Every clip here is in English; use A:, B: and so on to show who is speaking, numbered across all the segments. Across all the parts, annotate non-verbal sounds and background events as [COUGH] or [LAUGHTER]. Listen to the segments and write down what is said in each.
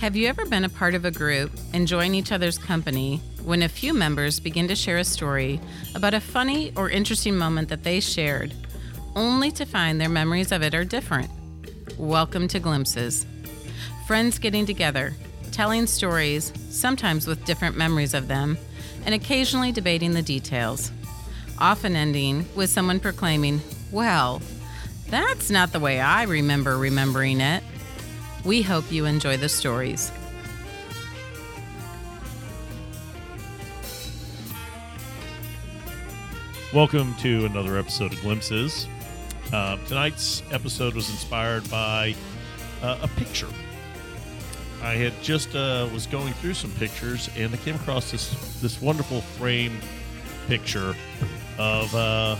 A: Have you ever been a part of a group, enjoying each other's company, when a few members begin to share a story about a funny or interesting moment that they shared, only to find their memories of it are different? Welcome to Glimpses. Friends getting together, telling stories, sometimes with different memories of them, and occasionally debating the details, often ending with someone proclaiming, Well, that's not the way I remember remembering it. We hope you enjoy the stories.
B: Welcome to another episode of Glimpses. Uh, tonight's episode was inspired by uh, a picture. I had just uh, was going through some pictures and I came across this this wonderful frame picture of uh,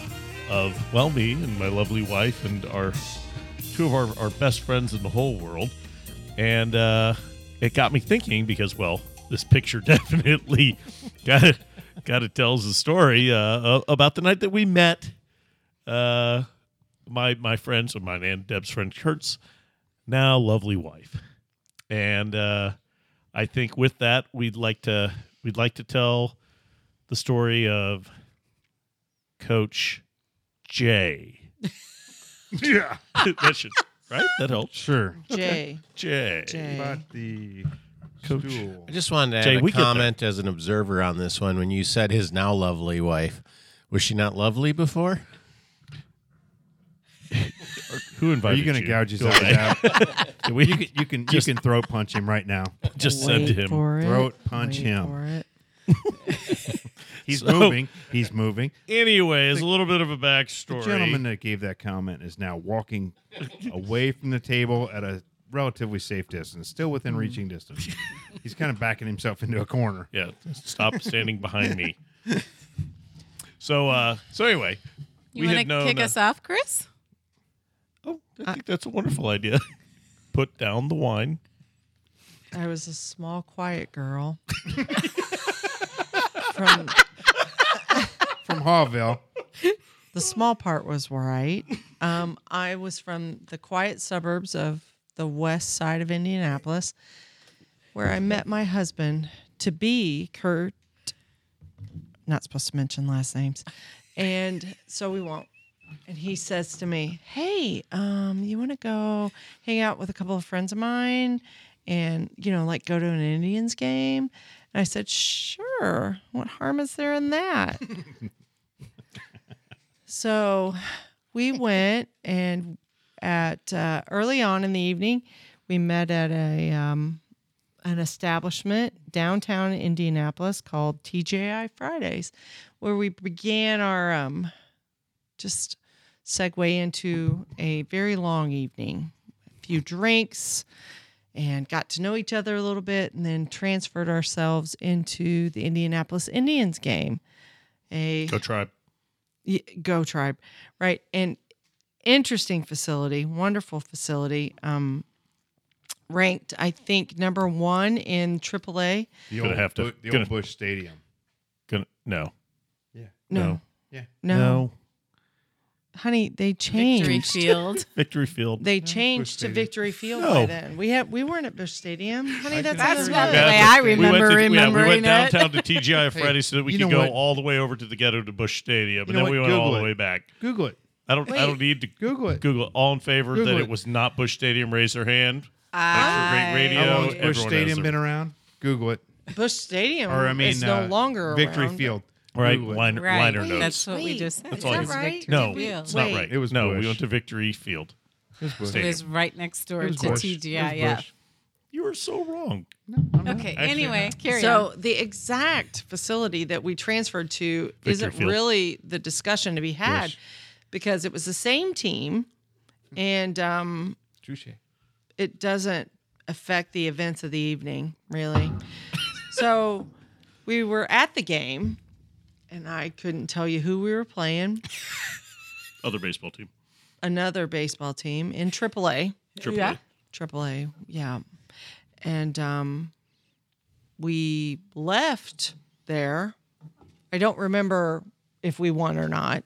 B: of well me and my lovely wife and our two of our, our best friends in the whole world, and uh, it got me thinking because well this picture [LAUGHS] definitely got it got it tells a story uh, a- about the night that we met. Uh, my my friends, or mine and Deb's friend Kurt's now lovely wife, and uh, I think with that we'd like to we'd like to tell the story of Coach J.
C: Yeah.
B: [LAUGHS] that should right that helps.
C: Sure.
D: Jay.
B: J.
D: Jay.
C: But the
B: Coach.
C: stool.
E: I just wanted to
B: Jay,
E: add
B: we
E: a
B: get that.
E: comment as an observer on this one. When you said his now lovely wife, was she not lovely before?
B: Who
C: Are
B: invited
C: you going to gouge
B: Go
C: yourself
B: away.
D: [LAUGHS]
C: out?
B: [LAUGHS]
C: you can, you can, you can throat punch him right now.
B: Just send
D: Wait
B: him.
D: for it.
C: Throat punch
D: Wait
C: him.
D: for it.
C: He's moving. He's moving.
B: Anyways, a little bit of a
C: The
B: backstory.
C: gentleman that gave that comment is now walking away from the table at a relatively safe distance, still
B: Mm.
C: within
B: [LAUGHS]
C: reaching distance. He's kind of backing himself into a corner.
B: Yeah, stop standing behind
D: [LAUGHS]
B: me. So, uh, so anyway,
A: You
B: we
A: want to
B: had known.
A: kick
B: uh,
A: us off, Chris?
B: Oh,
D: Uh,
B: I think that's a wonderful idea. [LAUGHS] Put down the wine.
D: I was a small,
C: [LAUGHS]
D: quiet girl from
C: From Hallville.
D: the small part was right. Um, I was from the quiet suburbs of the west side of Indianapolis, where I met my husband to be Kurt. Not supposed to mention last names, and so we won't. And he says to me, "Hey, um, you want to go hang out with a couple of friends of mine, and you know, like go to an Indians game?" And I said, "Sure. What harm is there in that?" So we went and at uh, early on in the evening, we met at a um, an establishment downtown Indianapolis called TJI Fridays, where we began our um, just segue into a very long evening, a few drinks, and got to know each other a little bit, and then transferred ourselves into the Indianapolis Indians game. A
B: Go try.
D: Y- Go Tribe, right? And interesting facility, wonderful facility. Um, ranked, I think, number one in AAA.
C: The
B: Gonna
C: old,
B: have to-
C: Bu- the
B: gonna-
C: old Bush Stadium.
B: Gonna, no.
D: No,
C: Yeah.
D: no, honey, they
A: Victory
D: changed.
A: Field.
B: Victory Field.
D: They changed to
C: Stadium.
D: Victory Field
B: No.
D: by then. We had we weren't at Bush Stadium, honey. That's,
A: That's not the
D: another day.
A: way I
B: we went,
A: remember
B: to, yeah, we
A: remembering
B: went
A: it.
B: downtown to
A: [LAUGHS]
B: TGI Friday so that we
C: you
B: could
C: know
B: go
C: what?
B: all the way over to the ghetto to Bush Stadium,
C: You
B: and
C: know
B: then
C: what?
B: we went all
C: Google
B: the
C: it.
B: way back.
C: Google it.
B: I don't. I
D: Wait.
B: don't need to
C: Google it.
B: Google. it. All in favor
C: Google
B: that it.
C: it.
B: was not Bush Stadium. Raise their hand.
A: I-
B: great radio.
C: How long's
B: everyone
C: Bush
B: has
C: Stadium
B: their-
C: been around? Google it.
D: Bush Stadium
C: Or I mean,
D: is no
C: uh,
D: longer
C: Victory
D: around.
C: Field.
B: All right.
C: Google it.
B: Liner,
A: Right.
B: liner notes.
A: That's what we just said.
D: That's
B: all
A: It
B: you
A: was
D: said.
A: Victory
B: no,
A: Field.
B: it's not
D: Wait.
B: right.
C: It was
B: no. We
C: Bush.
B: went to Victory Field.
C: It was
A: It
C: Bush.
A: was right next door
C: It
A: to
C: was Bush. It was
A: TGIF.
C: Bush.
B: You were so wrong.
A: Okay.
B: Actually,
A: anyway, carry
D: so
A: on.
D: the exact facility that we transferred to
B: Victory
D: isn't
B: Field.
D: really the discussion to be had because it was the same team and um, it doesn't affect the events of the evening really so we were at the game and i couldn't tell you who we were playing
B: Other baseball team.
D: another baseball team in aaa
B: Triple
A: Yeah.
B: A.
D: Triple A, yeah. And um, we left there. I don't remember if we won or not,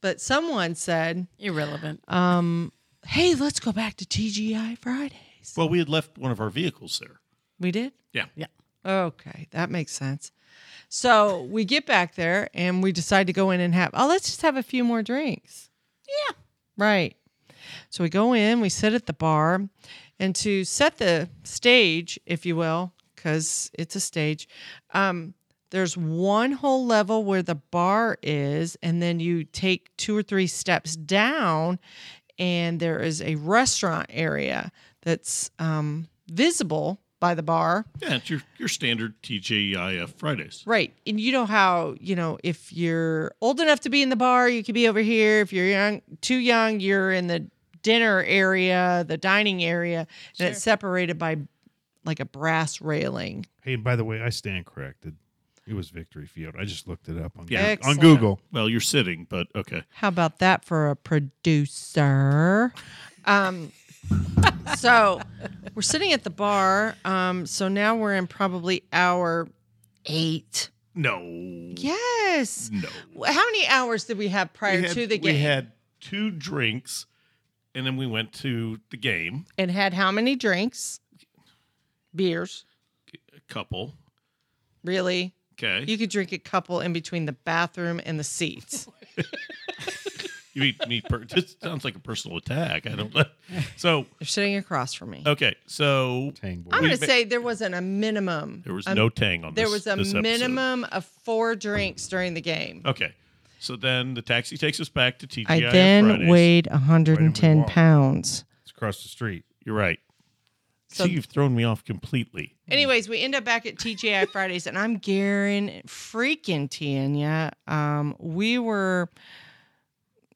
D: but someone said,
A: Irrelevant.
D: "Hey, let's go back to TGI Fridays."
B: Well, we had left one of our vehicles there.
D: We did?
B: Yeah.
A: Yeah.
D: Okay, that makes sense. So we get back there and we decide to go in and have, oh, let's just have a few more drinks. Yeah. Right. So we go in, we sit at the bar, and to set the stage, if you will, because it's a stage, um, there's one whole level where the bar is, and then you take two or three steps down, and there is a restaurant area that's um, visible by the bar.
B: Yeah, it's your, your standard TGIF Fridays.
D: Right. And you know how, you know, if you're old enough to be in the bar, you could be over here. If you're young, too young, you're in the dinner area, the dining area, and it's separated by like a brass railing.
C: Hey, and by the way, I stand corrected. It was Victory Field. I just looked it up on,
B: Yeah.
C: on
D: Excellent.
C: Google.
B: Well, you're sitting, but okay.
D: How about that for a producer? Um, [LAUGHS] so we're sitting at the bar. Um, so now we're in probably hour eight.
B: No.
D: Yes.
B: No.
D: How many hours did we have prior
B: We had-
D: to the
B: We
D: game?
B: had two drinks, and then we went to the game,
D: and had how many drinks? Beers,
B: a couple.
D: really?
B: Okay.
D: You could drink a couple in between the bathroom and
B: [LAUGHS]
D: the seats.
B: You mean me? Per- [LAUGHS] this sounds like a personal attack. I don't
D: [LAUGHS]
B: know. So
D: They're sitting across from me.
B: okay, so
C: Tang boy.
D: I'm
B: Oh, we
D: going to
B: ma-
D: say there wasn't a minimum.
B: there was
D: a-
B: no tang on.
D: Um, There
B: this-
D: was a
B: this episode. Oh,
D: minimum of four drinks during the game.
B: Okay, so then the taxi takes us back to TGI.
D: I then
B: Fridays.
D: weighed 110
C: walk?
D: pounds.
C: It's across the street.
B: You're right.
D: So-
B: See, you've thrown me off completely.
D: Anyways, we end up back at TGI Fridays, and I'm Garen freaking Tanya. Um, we were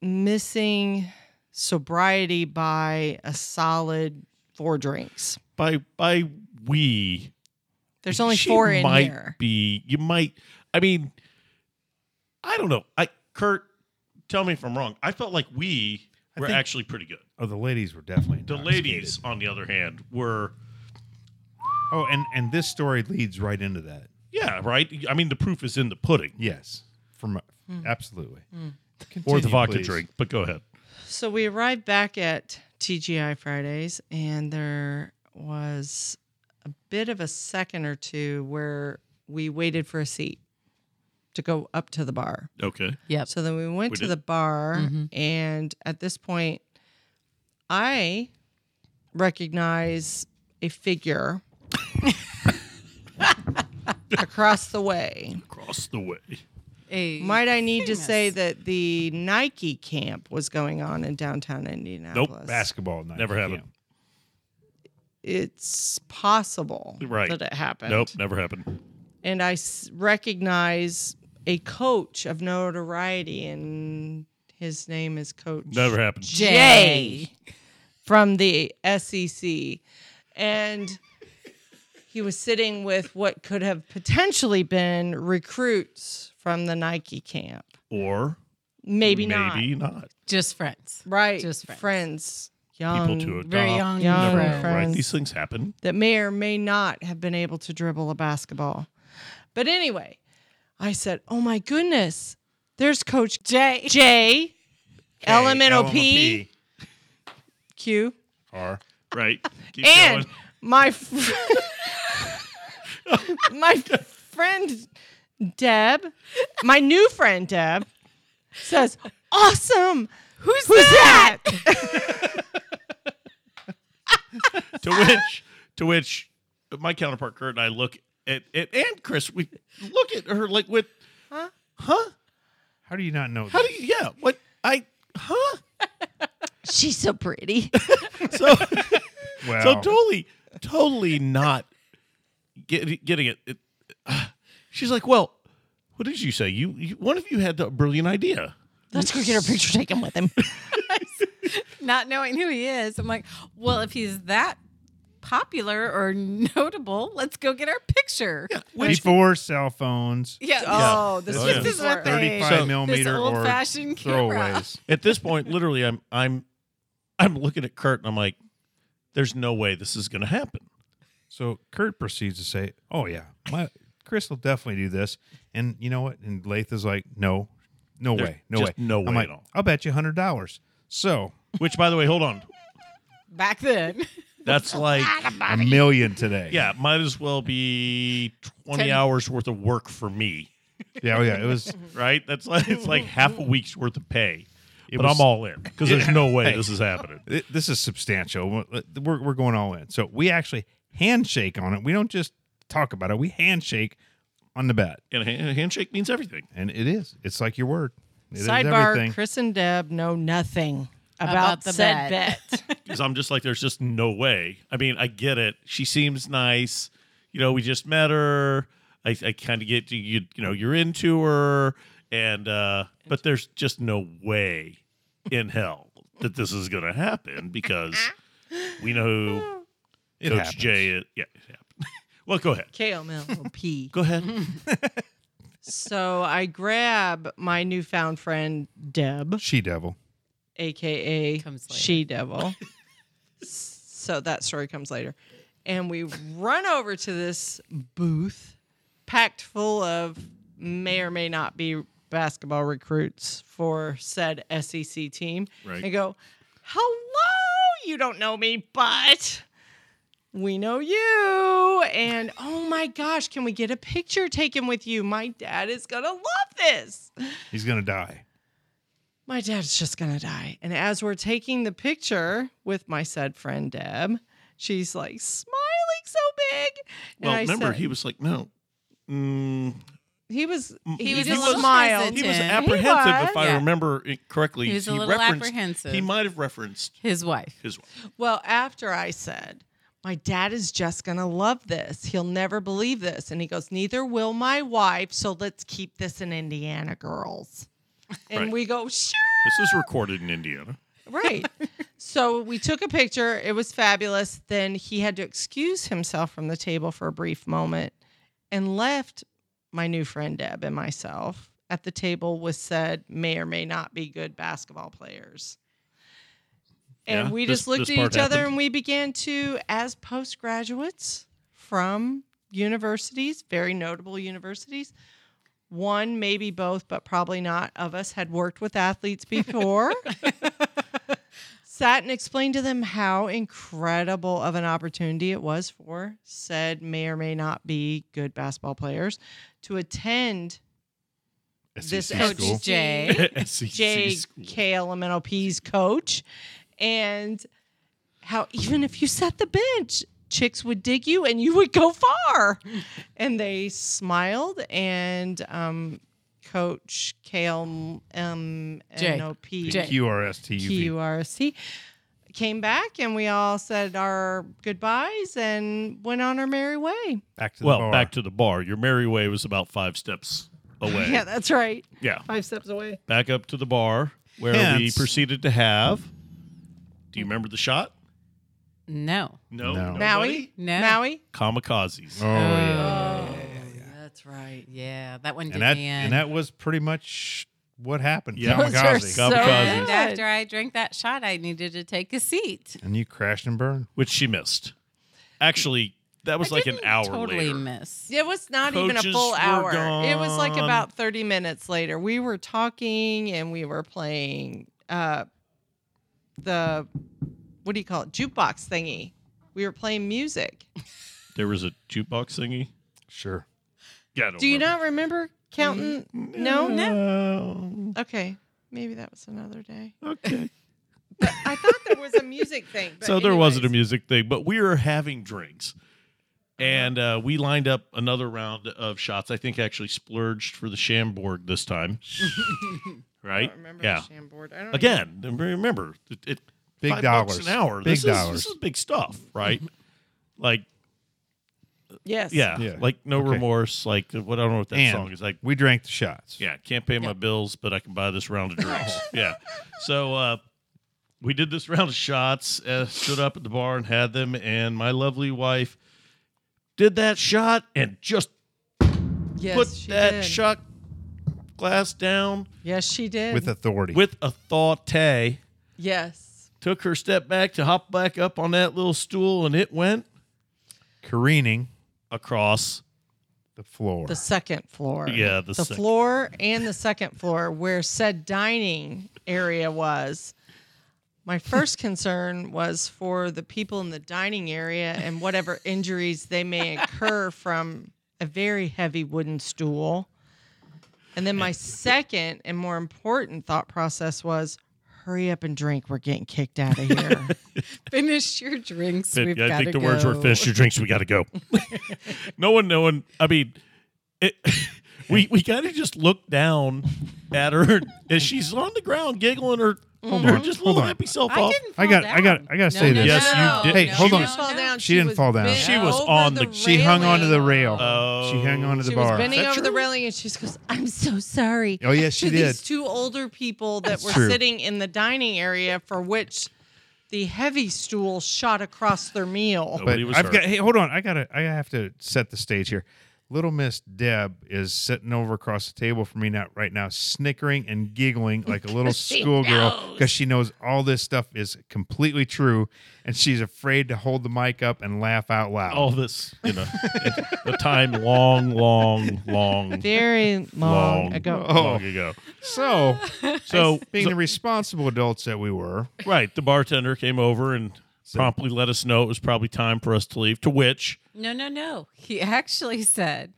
D: missing sobriety by a solid four drinks.
B: By by we.
D: There's only
B: she
D: four in
B: might
D: here.
B: Be you might. I mean, I don't know. I Kurt, tell me if I'm wrong. I felt like we were
C: think-
B: actually pretty good.
C: Oh, the ladies were definitely
B: The
C: intoxicated.
B: ladies, on the other hand, were
C: Oh, and and this story leads right into that.
B: yeah, right. I mean, the proof is in the pudding.
C: Yes, from uh, absolutely.
B: or
C: Continue,
B: the vodka
C: please.
B: drink, but go ahead.
D: So we arrived back at TGI Fridays, and there was a bit of a second or two where we waited for a seat to go up to the bar.
B: Okay.
A: Yep.
D: So then we went
B: We
D: to
B: did.
D: the bar,
A: Mhm.
D: and at this point, I recognize
B: [LAUGHS]
D: a figure across the way.
B: Across the way.
A: A
D: Might I need to say
A: famous-
D: that the Nike camp was going on in downtown Indianapolis?
C: Basketball night.
B: Never
C: at
B: happened.
C: camp.
D: It's possible
B: Right.
D: that it happened.
B: Nope, never happened.
D: and I s- recognize a coach of notoriety, and his name is Coach
B: Never happened.
D: Jay from the SEC, and he was sitting with what could have potentially been recruits from the Nike camp.
B: Or
D: Maybe, not.
B: maybe not.
A: just friends.
D: Right.
A: Just friends.
D: Young.
B: People to adopt.
A: Very young,
D: young
B: Never happened, right?
D: friends.
B: These things happen.
D: that may or may not have been able to dribble a basketball. But anyway, I said, "Oh my goodness, there's Coach J J, LMNOP Q,
C: Are
D: [LAUGHS]
B: Right. Keep
D: and
B: going.
D: my fr- [LAUGHS] my friend Deb, my new friend Deb, says, "Awesome, who's, that?" [LAUGHS]
B: to which to which my counterpart Kurt and I look at, at and Chris, we look at her like with Huh?
C: How do you not know?
B: How
C: that?
B: do you yeah, what I huh?
D: She's so pretty.
B: So
C: well,
B: So totally, totally not get, getting it. It- She's like, "Well, what did you say? You, you one of you had the brilliant idea."
D: Let's go get her picture taken with him.
A: Not knowing who he is, I'm like, well, if he's that popular or [LAUGHS] notable, let's go get our picture. Yeah.
C: before cell phones,
A: yeah.
D: Oh, this,
B: Oh,
D: was
B: yeah.
A: This is
D: before-
A: what they-
C: thirty-five
B: So-
C: millimeter
A: this
C: or
A: old-fashioned camera.
C: throwaways.
B: At this point, literally, I'm I'm I'm looking at Kurt and I'm like, "There's no way this is going to happen."
C: So Kurt proceeds to say, "Oh yeah, my Chris will definitely do this." And you know what? And Lath is like, "No, no
B: There's
C: way, no
B: just
C: way,
B: no
C: I'm
B: way
C: like,
B: at all.
C: I'll bet you hundred dollars. So
B: Which, by the way, hold on.
A: Back then,
B: That's like,
C: A million today.
B: yeah, might as well be 20
F: Ten-
B: hours worth of work for me,
C: Yeah. oh, Yeah. It was.
B: right? That's like, it's like half a week's worth of pay. but
C: was-
B: I'm all in because there's no way this is happening.
C: Th- This is substantial. We're, we're going all in. So we actually handshake on it. We don't just talk about it. We handshake on the bet,
B: And a hand- a handshake means everything.
C: and it is. It's like your word. It is
D: Sidebar:
C: everything.
D: Chris and Deb know nothing about,
F: About the
D: said
F: bet.
D: bet. [LAUGHS]
B: Because I'm just like, there's just no way. I mean, I get it. She seems nice. You know, we just met her. I, I kind of get you, you. You know, you're into her, and uh but there's just no way in hell that this is gonna happen because
F: [LAUGHS]
B: we know
C: It
B: Coach
C: happens.
B: Jay. Is, yeah, it happened. [LAUGHS] well, go ahead.
D: Kale mill P.
B: Go ahead.
D: [LAUGHS] So I grab my newfound friend Deb,
C: She devil.
D: aka
A: Comes later. [LAUGHS]
D: She Devil. so that story comes later. And we run over to this booth packed full of may or may not be basketball recruits for said SEC team.
B: Right.
D: And go, hello, you don't know me, but we know you. And oh my gosh, can we get a picture taken with you? My dad is going to love this.
C: He's gonna die.
D: My dad's just going to die. And as we're taking the picture with my said friend Deb, she's like smiling so big. And
G: Well,
D: I
G: remember
D: said-
G: he was like, no. Mm,
D: he was
F: He was
D: just
F: a little
D: smiled.
F: hesitant.
G: he was
A: He
G: apprehensive, if I
D: was.
A: Yeah.
G: remember it correctly.
A: He was a little
G: referenced-
A: apprehensive.
G: He might have referenced
A: His wife.
G: his wife.
D: Well, after I said, My dad is just going to love this. He'll never believe this. And he goes, Neither will my wife. So let's keep this in Indiana, girls. And
G: Right.
D: we go, Sure.
G: This is recorded in Indiana.
D: Right. so we took a picture. It was fabulous. Then he had to excuse himself from the table for a brief moment and left my new friend Deb and myself at the table with said may or may not be good basketball players. And
B: Yeah,
D: we
B: this-
D: just looked
B: this
D: at
B: part
D: each other
B: happened.
D: and we began to, as postgraduates from universities, very notable universities, one, maybe both, but probably not of us had worked
B: [LAUGHS]
D: with athletes before. Sat and explained to them how incredible of an opportunity it was for said may or may not be good basketball players to attend this
C: SEC
D: coach
C: E school.
A: Jay.
G: SEC
D: Jay
G: school.
D: KLMNOP's coach, and how even if you sat the bench, chicks would dig you and you would go far. and they smiled, and um, Coach KLMNOP
A: Jay.
C: QRSTUV.
D: QRC came back, and we all said our goodbyes and went on our merry way.
C: Back to the
B: Well,
C: bar.
B: back to the bar. Your merry way was about five steps away.
D: [LAUGHS] Yeah, that's right.
B: yeah.
D: Five steps away.
B: Back up to the bar where we
C: Hence-
B: proceeded to have. Do you remember the shot?
A: No.
B: No.
C: No.
B: nobody? Oh,
D: Maui,
A: No.
D: Maui.
B: Kamikazes.
C: Oh yeah.
D: That's right.
A: Yeah, that one did
C: And that
A: me in.
C: and that was pretty much what happened.
B: Yeah.
D: Those are
C: Kamikaze.
D: so
B: Kamikaze.
A: And
D: good.
A: after I drank that shot, I needed to take a seat.
C: and you crashed and burned.
B: which she missed. Actually, that was
A: I
B: like an
A: didn't
B: hour
A: Totally
B: later.
A: miss.
D: It was not even a
B: Coaches
D: full
B: were
D: hour. It was like
B: gone.
D: about 30 minutes later. We were talking and we were playing uh, the, what do you call it? Jukebox thingy. We were playing music.
B: There was a jukebox thingy.
C: Sure.
B: Yeah, I don't
D: Do you
B: remember. Mm,
D: not remember counting? No?
C: Oh.
B: No.
D: Okay. Maybe that was another day.
B: okay.
D: [LAUGHS] But I thought there was a music thing. but
B: so there wasn't a
D: anyways.
B: music thing, but we were having drinks. And uh, we lined up another round of shots. I think actually splurged for the Shamborg this
D: [LAUGHS]
B: time.
D: I
B: right?
D: don't remember
B: yeah.
D: the Chambord. I don't
B: Again, remember, it, it
C: Big
B: five
C: dollars.
B: bucks an hour.
C: Big
B: this is,
C: dollars.
B: This is big stuff,
C: [LAUGHS]
B: right? like,
D: even- Yes.
B: yeah,
C: Yeah.
B: like no
C: Okay.
B: remorse. Like, what I don't know what that
C: and
B: song is. Like,
C: we drank the shots.
B: Yeah, can't pay my bills, but I can buy this round of
D: [LAUGHS]
B: drinks. yeah. So uh, we did this round of shots, uh, stood up at the bar and had them, and my lovely wife did that shot and just
D: Yes,
B: put
D: she
B: that
D: did.
B: shot glass down
D: Yes, she did.
C: With authority.
B: with authority.
D: yes.
B: Took her step back to hop back up on that little stool, and it went
C: careening
B: across.
C: the floor.
D: The second floor.
B: Yeah, the
D: the
B: sec-
D: floor and the second floor where said dining area was. My first concern was for the people in the dining area and
C: [LAUGHS]
D: whatever injuries they may incur from a very heavy wooden stool. And then my second and more important thought process was hurry up and drink. We're getting kicked out
C: [LAUGHS]
D: of here.
A: Finish your drinks. We've
G: I
A: gotta
G: think the words were
A: go.
G: "finish your drinks. We got to
B: [LAUGHS]
G: go." no one, no one. I mean,
B: [LAUGHS]
G: it, we we got to just look down at [LAUGHS] her as she's on the ground giggling her, her
C: on,
G: just
C: hold
G: little
C: on.
G: happy self
A: Mm-hmm. I
G: off.
A: didn't.
C: I
A: fall
C: got- I got-
A: down.
C: I gotta say this.
G: Yes, you did.
C: Hey, hold on.
D: She fell down.
C: She didn't
D: was
C: fall down.
D: bent
C: She
G: was
D: over
G: on
D: the
G: the-
C: She hung onto the rail.
D: railing.
G: Oh.
C: she hung onto the
D: She was
C: bar.
D: bending
G: Is that
D: over the
G: true?
D: railing and she just goes, I'm so sorry.
C: Oh, yes, she
D: to
C: did.
D: These two older people that
C: That's
D: were
C: true.
D: sitting in the dining area for which the heavy stool shot across their meal.
G: Nope.
C: but
G: Nobody was
C: I've
G: hurt.
C: got. Hey, hold on. I gotta. I have to set the stage here. Little Miss Deb is sitting over across the table from me now, right now, snickering and giggling like a
D: [LAUGHS]
C: little schoolgirl because she knows all this stuff is completely true, and she's afraid to hold the mic up and laugh out loud.
G: Oh,
B: all this, you know, the time long, long, long, Oh.
D: Very long,
B: Long.
D: ago.
C: Oh,
B: long ago. [LAUGHS]
C: So,
B: So,
C: being
B: so-
C: the responsible adults that we were,
B: right, the bartender came over and promptly let us know it was probably time for us to leave. To which
A: No, no, no. He actually said,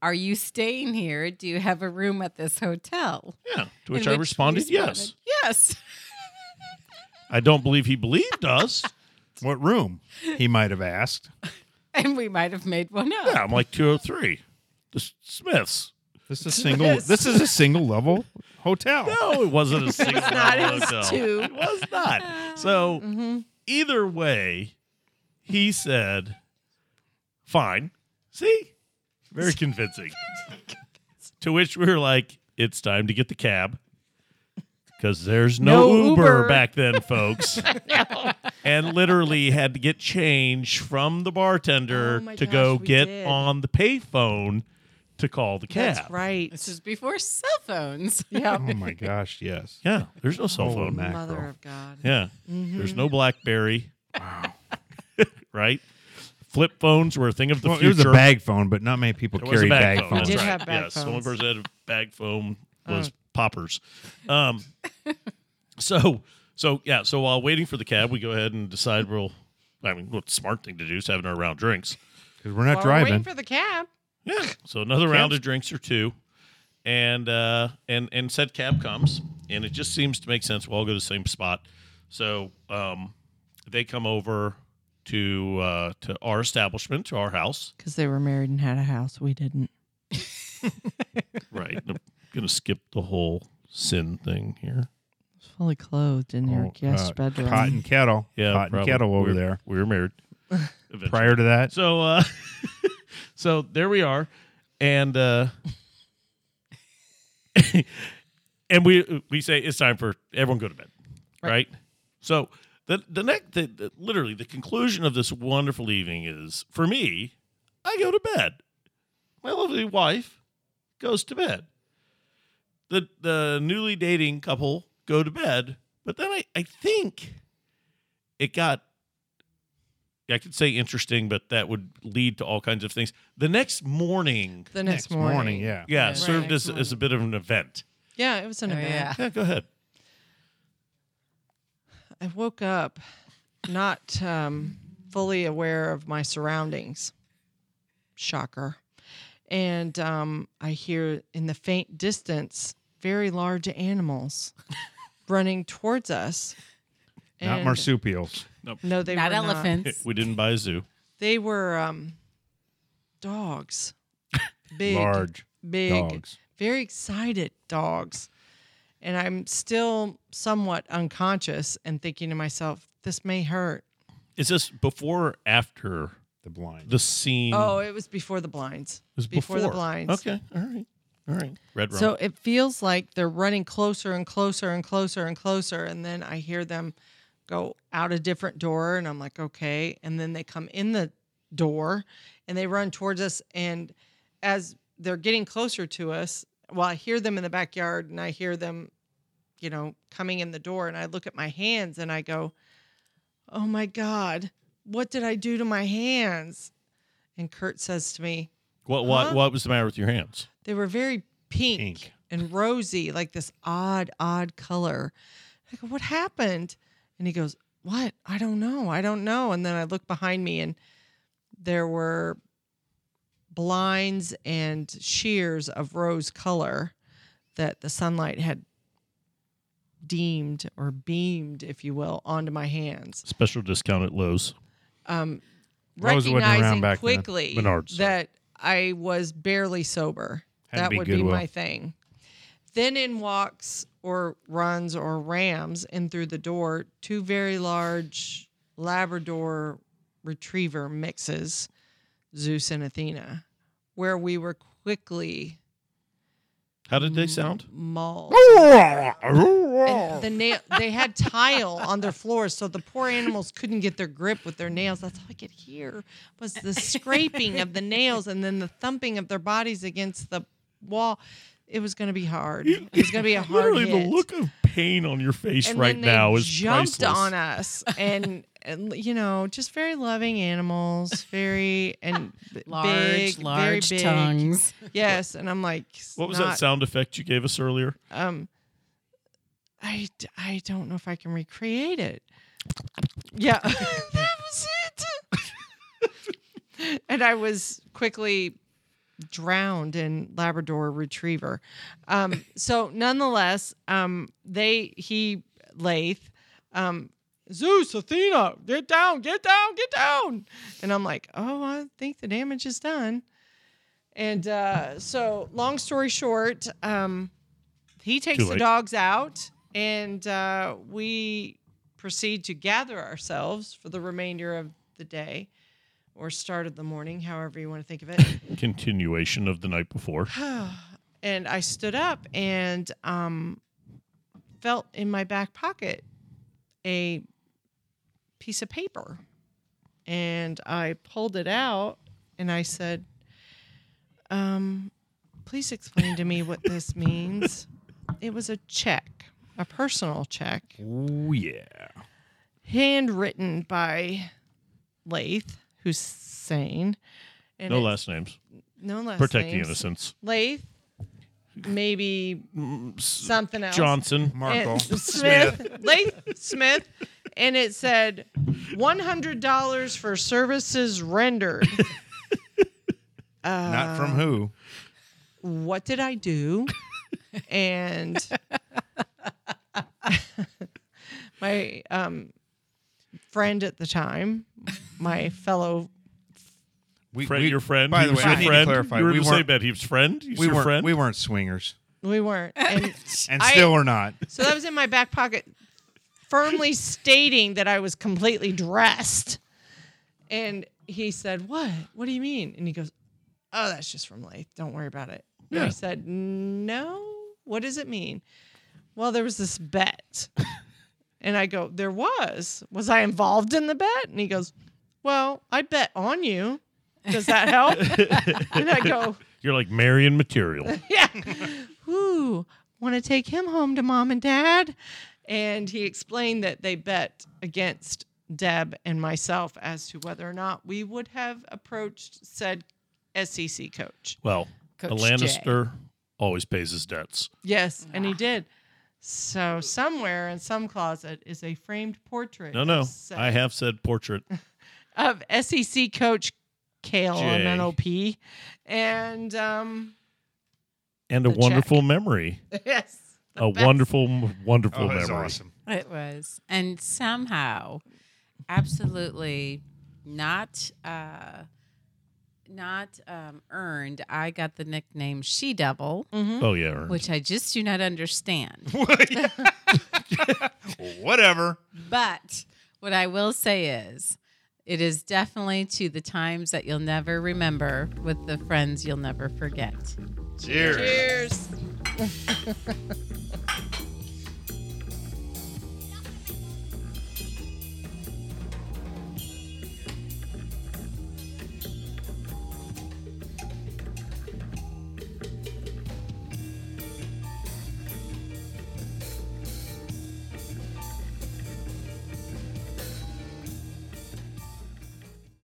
A: "Are you staying here? Do you have a room at this hotel?"
B: Yeah. To
A: In
B: which I
A: you
B: responded, yes.
A: Yes. [LAUGHS]
B: I don't believe he believed us.
C: what room? He might have asked.
A: And we might have made one up.
B: yeah, I'm like 203. The S- Smiths. [LAUGHS]
C: This is a single. This is a single legle hotel.
B: No, it wasn't a single
A: not
B: level
A: his
B: hotel.
A: two.
B: It was not.
D: Uh,
B: So
D: mm-hmm.
B: either way, he said, fine. See? Very convincing. to which we were like, it's time to get the cab. Because there's no,
D: No
B: Uber,
D: Uber.
B: back then,
D: [LAUGHS]
B: folks. And literally had to get change from the bartender
D: Oh my
B: to
D: gosh,
B: go
D: we
B: get
D: did.
B: on the payphone to call the cab.
D: That's right.
A: This is before cell phones.
D: Yeah.
A: [LAUGHS]
C: Oh my gosh!
D: [LAUGHS]
C: Yes.
B: Yeah, there's no cell
C: Holy
B: phone.
C: Mm-hmm. mackerel.
D: Oh, Mother of God.
B: Yeah. There's no Blackberry. [LAUGHS] right? Flip phones were a thing of the
C: well, it
B: future.
C: was a bag phone, but not many people
B: It was
C: carry
B: a
C: bag,
B: phone.
D: We
C: phones.
D: did
B: That's right.
D: have bag
B: yes, the only
D: phones. Uh.
B: person that had a bag phone was poppers. Um, [LAUGHS] so, so yeah. So while waiting for the cab, we go ahead and decide we'll. I mean, what smart thing to do is having our round drinks.
C: Because we're not
D: While we're
C: driving.
D: Waiting for the cab.
B: Yeah. So another round of drinks or two, and uh, and and said cab comes, and it just seems to make sense. We'll all go to the same spot. So um, they come over to uh, to our establishment, to our house.
D: Because they were married and had a house. We didn't.
B: Right. I'm gonna skip the whole sin thing here.
D: Fully clothed in your
C: Oh,
D: guest
C: uh,
D: bedroom.
C: Pot and kettle.
B: Yeah,
C: pot and
B: probably.
C: kettle over
B: We're-
C: there.
B: We were married. [LAUGHS] eventually.
C: Prior to that,
B: So uh, [LAUGHS] so there we are, and uh, [LAUGHS] and we we say it's time for everyone go to bed, right? So the the next the, the- literally the conclusion of this wonderful evening is for me, I go to bed. My lovely wife goes to bed. The the newly dating couple go to bed, but then I, I think it got I could say interesting, but that would lead to all kinds of things. The next morning,
D: the next, morning.
C: yeah.
B: yeah,
A: Yeah,
B: served
A: next
B: as, as a bit of an
D: [LAUGHS]
B: event.
D: Yeah, it was an
A: Oh,
D: event.
A: yeah.
B: Yeah, go ahead.
D: I woke up not um, fully aware of my surroundings. Shocker. And um, I hear in the faint distance very
A: [LAUGHS]
D: large animals running towards us.
C: Not
D: And-
C: marsupials.
D: No, they
A: not
D: were
A: elephants.
B: We didn't buy a zoo.
D: They were um,
C: [LAUGHS]
D: dogs. Big,
C: Large
D: big,
C: dogs.
D: very excited dogs. And I'm still somewhat unconscious and thinking to myself, this may hurt.
B: Is this before or after
C: The blind.
B: the scene?
D: Oh,
B: it
D: it was before the blinds.
B: was
D: before the blinds.
B: Okay, all right, all right. Red rum.
D: So it feels like they're running closer and closer and closer and closer. And then I hear them go out a different door. And I'm like, okay. And then they come in the door and they run towards us. And as they're getting closer to us, well, I hear them in the backyard and I hear them, you know, coming in the door. And I look at my hands and I go, oh my God, what did I do to my hands? And Kurt says to me,
B: what what
D: huh?
B: what was the matter with your hands?
D: they were very pink,
C: Pink.
D: and rosy, like this odd, odd color. I go, what happened? And he goes, What? I don't know. I don't know. And then I look behind me and there were blinds and shears of rose color that the sunlight had deemed or beamed, if you will, onto my hands.
G: Special discount at Lowe's.
D: Um,
C: Rose wasn't around
D: recognizing
C: back then.
D: quickly
G: Menards, sorry.
D: that I was barely sober.
C: Had to
D: that
C: be
D: would be
C: Goodwill.
D: my thing. Then in walks or runs or rams in through the door two very large Labrador retriever mixes, Zeus and Athena, where we were quickly
G: How did they sound?
D: mauled.
A: Oh.
D: And the nail they had tile on their floors, so the poor animals couldn't get their grip with their nails. That's all I could hear was the scraping of the nails and then the thumping of their bodies against the wall. It was going to be hard. It was going to
G: [LAUGHS]
D: be a hard
G: Literally,
D: hit.
G: the look of pain on your face
D: and
G: right
D: then they
G: now is
D: jumped
G: priceless.
D: on us and, and you know just very loving animals, very and b-
A: Large,
D: big,
A: large
D: very big.
A: tongues.
D: Yes, and I'm like,
G: What was
D: not-
G: that sound effect you gave us earlier?
D: um I, d- I don't know if I can recreate it. Yeah. [LAUGHS] that was it. [LAUGHS] and I was quickly drowned in Labrador retriever. Um so nonetheless, um they he Lath um Zeus, Athena, get down, get down, get down. And I'm like, oh, I think the damage is done. And uh, so, long story short, um, he takes the
G: late.
D: dogs out, and uh, we proceed to gather ourselves for the remainder of the day or start of the morning, however you want to think of it.
G: Continuation of the night before.
D: [SIGHS] and I stood up and um, felt in my back pocket a piece of paper. And I pulled it out and I said, um, Please explain to me what this
G: [LAUGHS]
D: means. It was a check, a personal check,
C: Oh yeah.
D: handwritten by Lath Hussein. And
G: No
D: it-
G: last names.
D: no less.
G: Protect the
D: names.
G: innocents.
D: Lath, maybe something else.
G: Johnson.
C: Markle.
D: And [LAUGHS] Smith, Lath Smith, and it said one hundred dollars for services [LAUGHS] rendered.
C: Not from who?
D: What did I do? And [LAUGHS] my um, friend at the time, my fellow
C: We,
G: Friend, your friend.
C: By
G: he
C: the
G: was
C: way,
G: your
C: I need
G: friend.
C: to clarify.
G: You were
C: we
G: to say
C: weren't.
G: that he was friend. He's
C: We
G: your
C: weren't.
G: friend.
C: We weren't swingers,
D: we weren't, and [LAUGHS]
C: and
D: I-
C: still are not.
D: so that was in my back pocket, firmly stating that I was completely dressed. And he said, What? What do you mean? And he goes, Oh, that's just from Lath. Don't worry about it. And I
G: Yeah.
D: said, No. What does it mean? Well, there was this bet. and I go, There was. Was I involved in the bet? And he goes, Well, I bet on you. Does that help? [LAUGHS] and I go,
G: You're like Marion
D: [LAUGHS]
G: material.
D: yeah. Whoo, want to take him home to mom and dad? And he explained that they bet against Deb and myself as to whether or not we would have approached said SEC coach.
G: Well,
A: Coach
G: a
A: J.
G: Lannister always pays his debts.
D: Yes, and he did. So somewhere in some closet is a framed portrait.
G: No, no.
D: of said-
G: I have said
D: [LAUGHS]
G: portrait.
D: of SEC coach Kale
G: Jay.
D: and NOP, and um, [LAUGHS]
G: And a
D: The check.
G: wonderful
D: [LAUGHS]
G: memory.
D: yes, the
G: A
D: best.
G: wonderful, wonderful
C: Oh,
G: memory.
C: that's awesome.
A: It was. And somehow, absolutely not uh, not um, earned, I got the nickname She Devil,
D: Hmm?
G: Oh, yeah. Ern.
A: which I just do not understand.
C: Whatever.
A: But what I will say is, it is definitely to the times that you'll never remember with the friends you'll never forget.
C: Cheers.
D: Cheers.